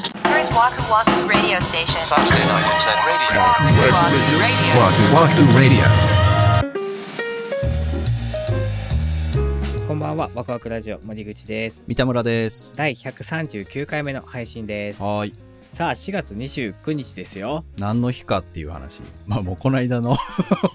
Waku Waku Radio Station. Saturday night at 10 radio. Waku Waku Radio. Wahoo Wahoo Radio. こんばんは、ワクワクラジオ森口です。三田村です。第139回目の配信です。はーい。さあ、4月29日ですよ。何の日かっていう話。まあもうこの 間の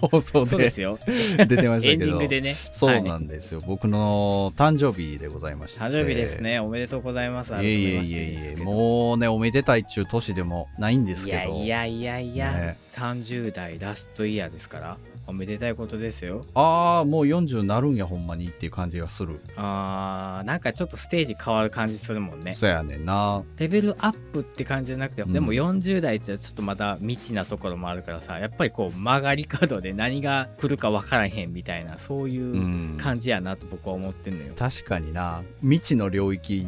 放送そうでですよ。出てましたエけンディンどグ。でね。そうなはいんですよ、僕の誕生日でございまして。誕生日です。ね。おめでとうございます。いえいえいえいえ、もうね、おめでたいっちゅう年でもないんですいけど。やいやいやいや、ね30代ラストイヤーですから、おめでたいことですよ。ああ、もう40になるんや、ほんまにっていう感じがする。あー、なんかちょっとステージ変わる感じするもんね。そやねんな。レベルアップって感じじゃなくて、うん。でも40代ってちょっとまだ未知なところもあるからさやっぱりこう曲がり角で何が来るか分からへんみたいなそういうううん感じやなと僕は思ってんのよ。確かにな。未知の領域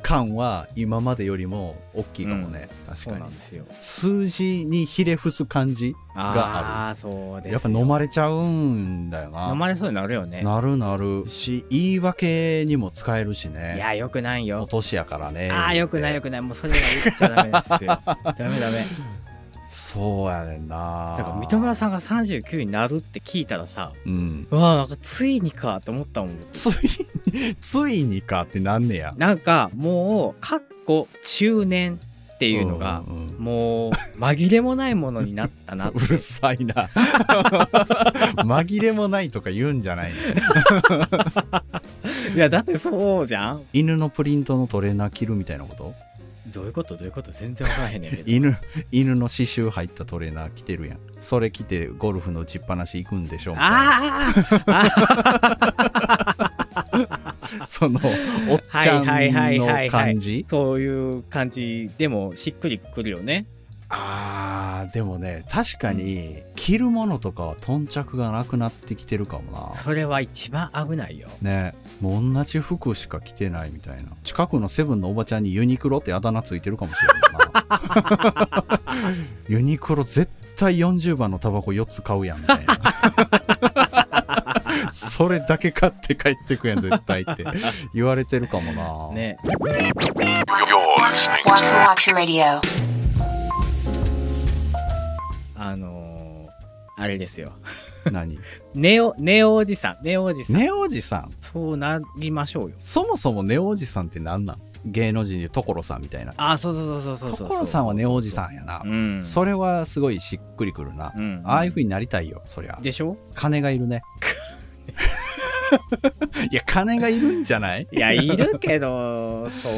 感は今までよりも大きいかもね。確そうかなにん。ですよ。数字にひれ伏す感じがあああーそうでする。よ。やっぱ飲まれちゃうんだよな。飲まれそうになるよね。なるなるし、言い訳にも使えるしいね。やよくないおよ。年やからね。ああよくないよくないもうそれは言っちゃダメです よ。ダメダメ。そうやねんな。だから三田村さんが39になるって聞いたらさうん。うわーなんかついにかと思ったもん。ついに、ついにかってなんねや。なんかもうかっこ中年ってていうのが。もう紛れもないものになったなって うるさいな紛れもないとか言うんじゃないのいやだってそうじゃん犬のプリントのトレーナー着るみたいなことどういうことどういうこと全然わからへんねんけど 犬犬の刺繍入ったトレーナー着てるやんそれ着てゴルフの打ちっぱなし行くんでしょみたいなあーそのおっちゃんはいはいはいはいはいの感じそういう感じでもしっくりくるよねあーでもね確かに着るものとかは頓着がなくなってきてるかもそれは一番危ないよなねもう同じ服しか着てないみたいな近くのセブンのおばちゃんにユニクロってあだ名ついてるかもしれないな ユニクロ絶対40番のタバコ4つ買うやんみたい なそれだけ買って帰ってくやん絶対って言われてるかもな、ね Waku Waku Radio. あのー、あれですよ何ネオネオおじさんネオおじさん、ネおじさんそうなりましょうよそもそもネおじさんって何なん芸能人で所さんみたいなあーそうそうそうそうそうそう所さんはネおじさんやなう、んそれはすごいしっくりくるな、うんああいう風になりたいよそりゃでしょ金がいるね いや金がいるんじゃないいやいるけど そう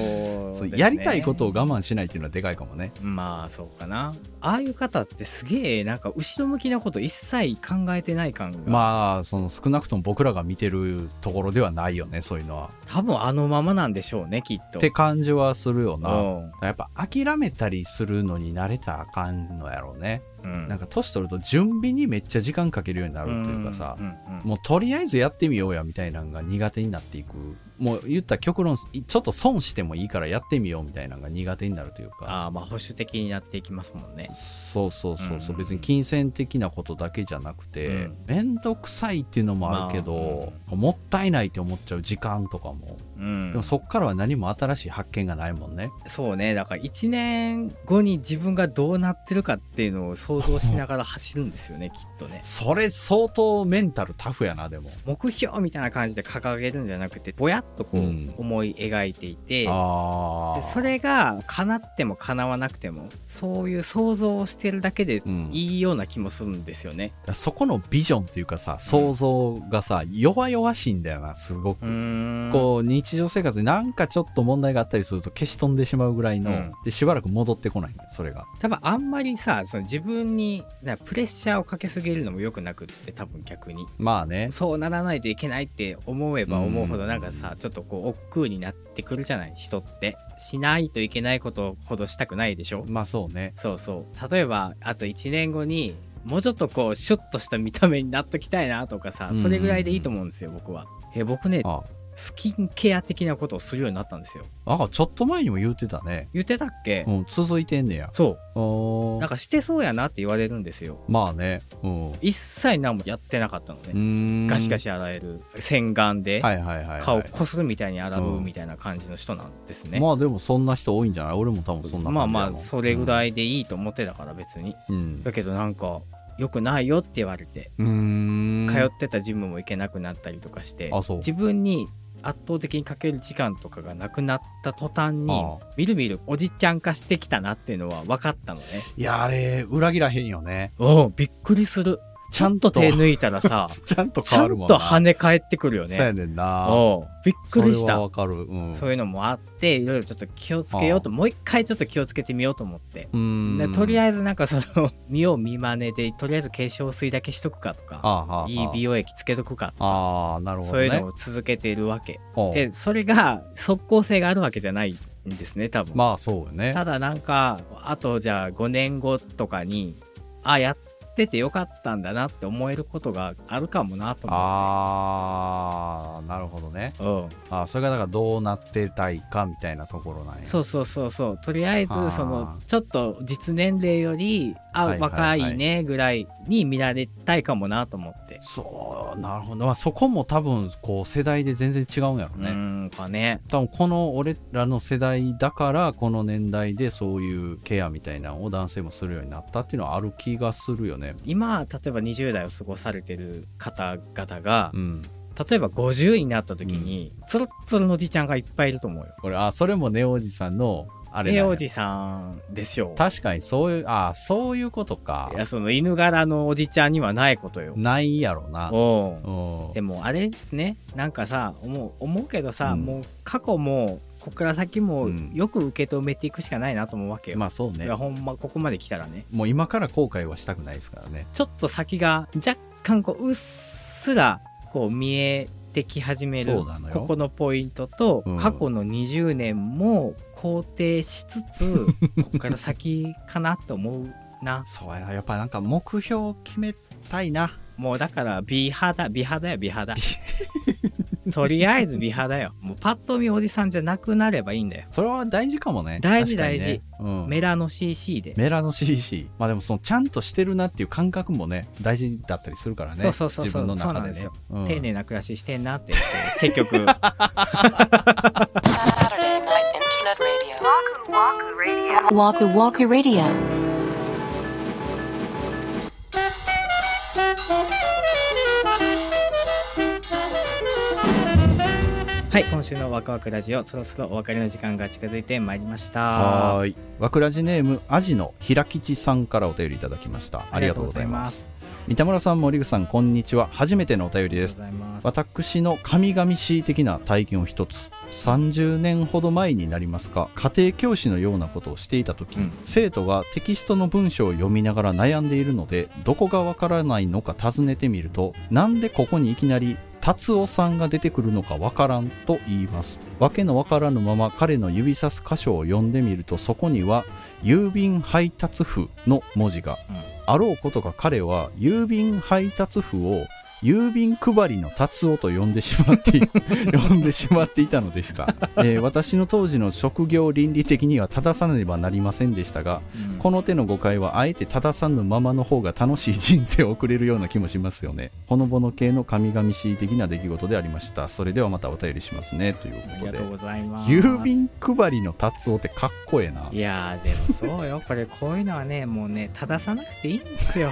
そうですねやりたいことを我慢しないっていうのはでかいかもねまあそうかなああいう方ってすげえなんか後ろ向きなこと一切考えてない感が、あ、まあその少なくとも僕らが見てるところではないよねそういうのは多分あのままなんでしょうねきっと。って感じはするよなうんやっぱ諦めたりするのに慣れたらあかんのやろうねうんなんか年取ると準備にめっちゃ時間かけるようになるというかさ、んうんもうとりあえずやってみようやみたいなのが苦手になっていくもう言ったら極論いちょっと損してもいいからやってみようみたいなのが苦手になるというかああまあ保守的になっていきますもんね。そうそうそうそう、うん別に金銭的なことだけじゃなくてうん面倒、くさいっていうのもあるけど、もったいないって思っちゃう時間とかも、うんでもそっからは何も新しい発見がないもんねそうねだから1年後に自分がどうなってるかっていうのを想像しながら走るんですよねきっとね。それ相当メンタルタフやなでも目標みたいな感じで掲げるんじゃなくてぼやっとこううん思い描いていて。あであそれが叶っても叶わなくてもそういう想像をしてるだけでうんいいような気もするんですよね。そこのビジョンっていうかさ想像がさ弱々しいんだよなすごく、んこう日常生活でなんかちょっと問題があったりすると消し飛んでしまうぐらいの、うんでしばらく戻ってこないのよそれが多分あんまりさその自分になプレッシャーをかけすぎるのも良くなくって多分逆にまあねそうならないといけないって思えば思うほどうんなんかさちょっとこう億劫になってくるじゃない人ってしないといけないことほどしたくないでしょまあそうねそうそう例えばあと1年後にもうちょっとこうシュッとした見た目になっときたいなとかさそれぐらいでいいと思うんですよ僕は。え僕ねあスキンケア的なことをするようになったんですよ。あちょっと前にも言うてたね言ってたっけ、うん続いてんねやそおう。なんかしてそうやなって言われるんですよ。まあねうんう一切何もやってなかったので、ーんガシガシ洗える洗顔ではいはいはいはい顔こするみたいに洗うみたいな感じの人なんですね。まあでもそんな人多いんじゃない俺も多分そんなまあまあそれぐらい、いでいいと思ってたから別に。うんだけどなんか良くないよって言われてうーん通ってたジムも行けなくなったりとかして、あそう自分に圧倒的にかける時間とかがなくなった途端にあみるみるおじちゃん化してきたなっていうのは分かったのねいやあれ裏切らへんよねおうびっくりするちゃんと手抜いたらさ ちゃんとち変ゃわんるもんとな跳ね返ってくるよそうやねねんなおうびっくりしそれはたわかるうんそういうのもあっていろいろちょっと気をつけようともう一回ちょっと気をつけてみようと思ってうーでんとりあえずなんかその 見よう見まねでとりあえず化粧水だけしとくかとかあーはーいいはー美容液つけとくかとかあーなるほどそういねうのを続けているわけおうでそれが即効性があるわけじゃないんですね多分、まあそうよねただなんかあとじゃあ5年後とかにあやっててよかったんだなって思えることがあるかもなと思っあーなるほどねてうんあーそれがだからどうなってたいかみたいなところなんやそうそうそうそうとりあえずあーそのちょっと実年齢よりあ、はいはいはい若いねぐらいに見られたいかもなと思って、そうなるほど、まあ、そこも多分こう世代で全然違うんやろうね、ーんかね多分この俺らの世代だからこの年代でそういうケアみたいなのを男性もするようになったっていうのはある気がするよね今例えば20代を過ごされてる方々がうん例えば50になった時に、つるつるのじいちゃんがいっぱいいると思うよ。これあそれもネオジさんのあれえなんやおじさんでしょう。確かにそういうあそういうことかいやその犬柄のおじちゃんにはないことよ。ないやろなおううんでもあれですねなんかさ思う思うけどさ、うんもう過去もこっから先もうんよく受け止めていくしかないなと思うわけよ。まあそうねいやほんまここまで来たらねもう今から後悔はしたくないですからねちょっと先が若干こううっすらこう見えてき始めるそうなのよここのポイントと、うん過去の20年も肯定しつ つここから先かなと思うなそうやなやっぱなんか目標を決めたいなもうだから美肌美肌や美肌とりあえず美肌よもうパッと見おじさんじゃなくなればいいんだよそれは大事かもね大事確かにねうん、メラノ CC でメラの CC まあでもそのちゃんとしてるなっていう感覚もね大事だったりするからねそうそうそうそう自分の中でねそううん丁寧な暮らししてんな って言って結局 Saturday Night Internet Radio. Waku Waku Radio. Waku Waku Radio. はい今週のワクワクラジオそろそろお別れの時間が近づいてまいりましたはーいわくらじネームアジの平吉さんからお便りいただきましたありがとうございます三田村さん森口さんこんにちは初めてのお便りありでがとすうございます私の神々しい的な体験を一つ30年ほど前になりますか家庭教師のようなことをしていた時、うん生徒がテキストの文章を読みながら悩んでいるのでどこがわからないのか尋ねてみるとなんでここにいきなり達夫さんが出てくるのかわからんと言いますわけのわからぬまま彼の指さす箇所を読んでみるとそこには郵便配達婦の文字が、うんあろうことか彼は郵便配達婦を郵便配りの達夫と呼んでしまってい 呼んでしまっていたのでした、えー私の当時の職業倫理的には正さねばなりませんでしたがうんこの手の誤解はあえて正さぬままの方が楽しい人生を送れるような気もしますよねほのぼの系の神々しい的な出来事でありましたそれではまたお便りしますねというあこりがとでとうございます郵便配りの達夫ってかっこええないやーでもそうよこれこういうのはねもうね正さなくていいんです よ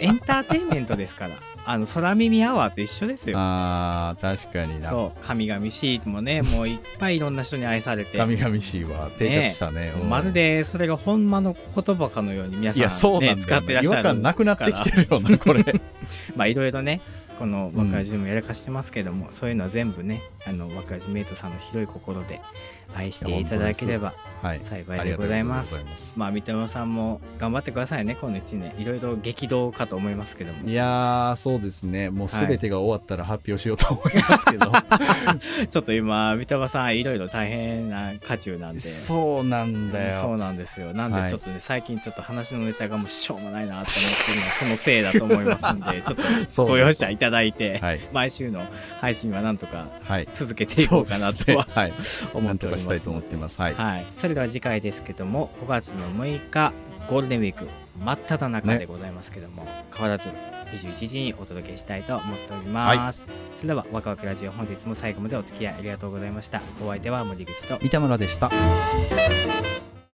エンターテインメントですからあの空耳アワーと一緒ですよあー確かになそう神々しいも ねもういっぱいいろんな人に愛されて神々しいは定着したねうんまるでそれがほんまの言葉かのように皆さん、ね、いやそうなんだ使よっね、てらっし違ゃる和感なくなってきてるよなこれら まあいろいろねこの若いジもやらかしてますけども、そういうのは全部ねあの若いジメイトさんの広い心で愛していただければはい幸いでございますありがとうございますまあ三田村さんも頑張ってくださいねこの1年いろいろ激動かと思いますけどもいやーそうですねもうすべてが終わったら発表しようと思いますけど、ちょっと今三田村さんいろいろ大変な渦中なんでそうなんだそうよなんですよなんではいちょっとね、最近ち ょっと話のネタがもうしょうもないなと思ってるのはそのせいだと思いますんでちょっとそうご容赦いたただいて、はい毎週の配信はなんとかはい続けていこうか なとははい思なっんてとおりまかすしたいと思っていますはい、はい、それでは次回ですけども5月の6日ゴールデンウィーク真っ只中でございますけども、変わらず21時にお届けしたいと思っております、それではワクワクラジオ本日も最後までお付き合いありがとうございましたお相手は森口と三田村でした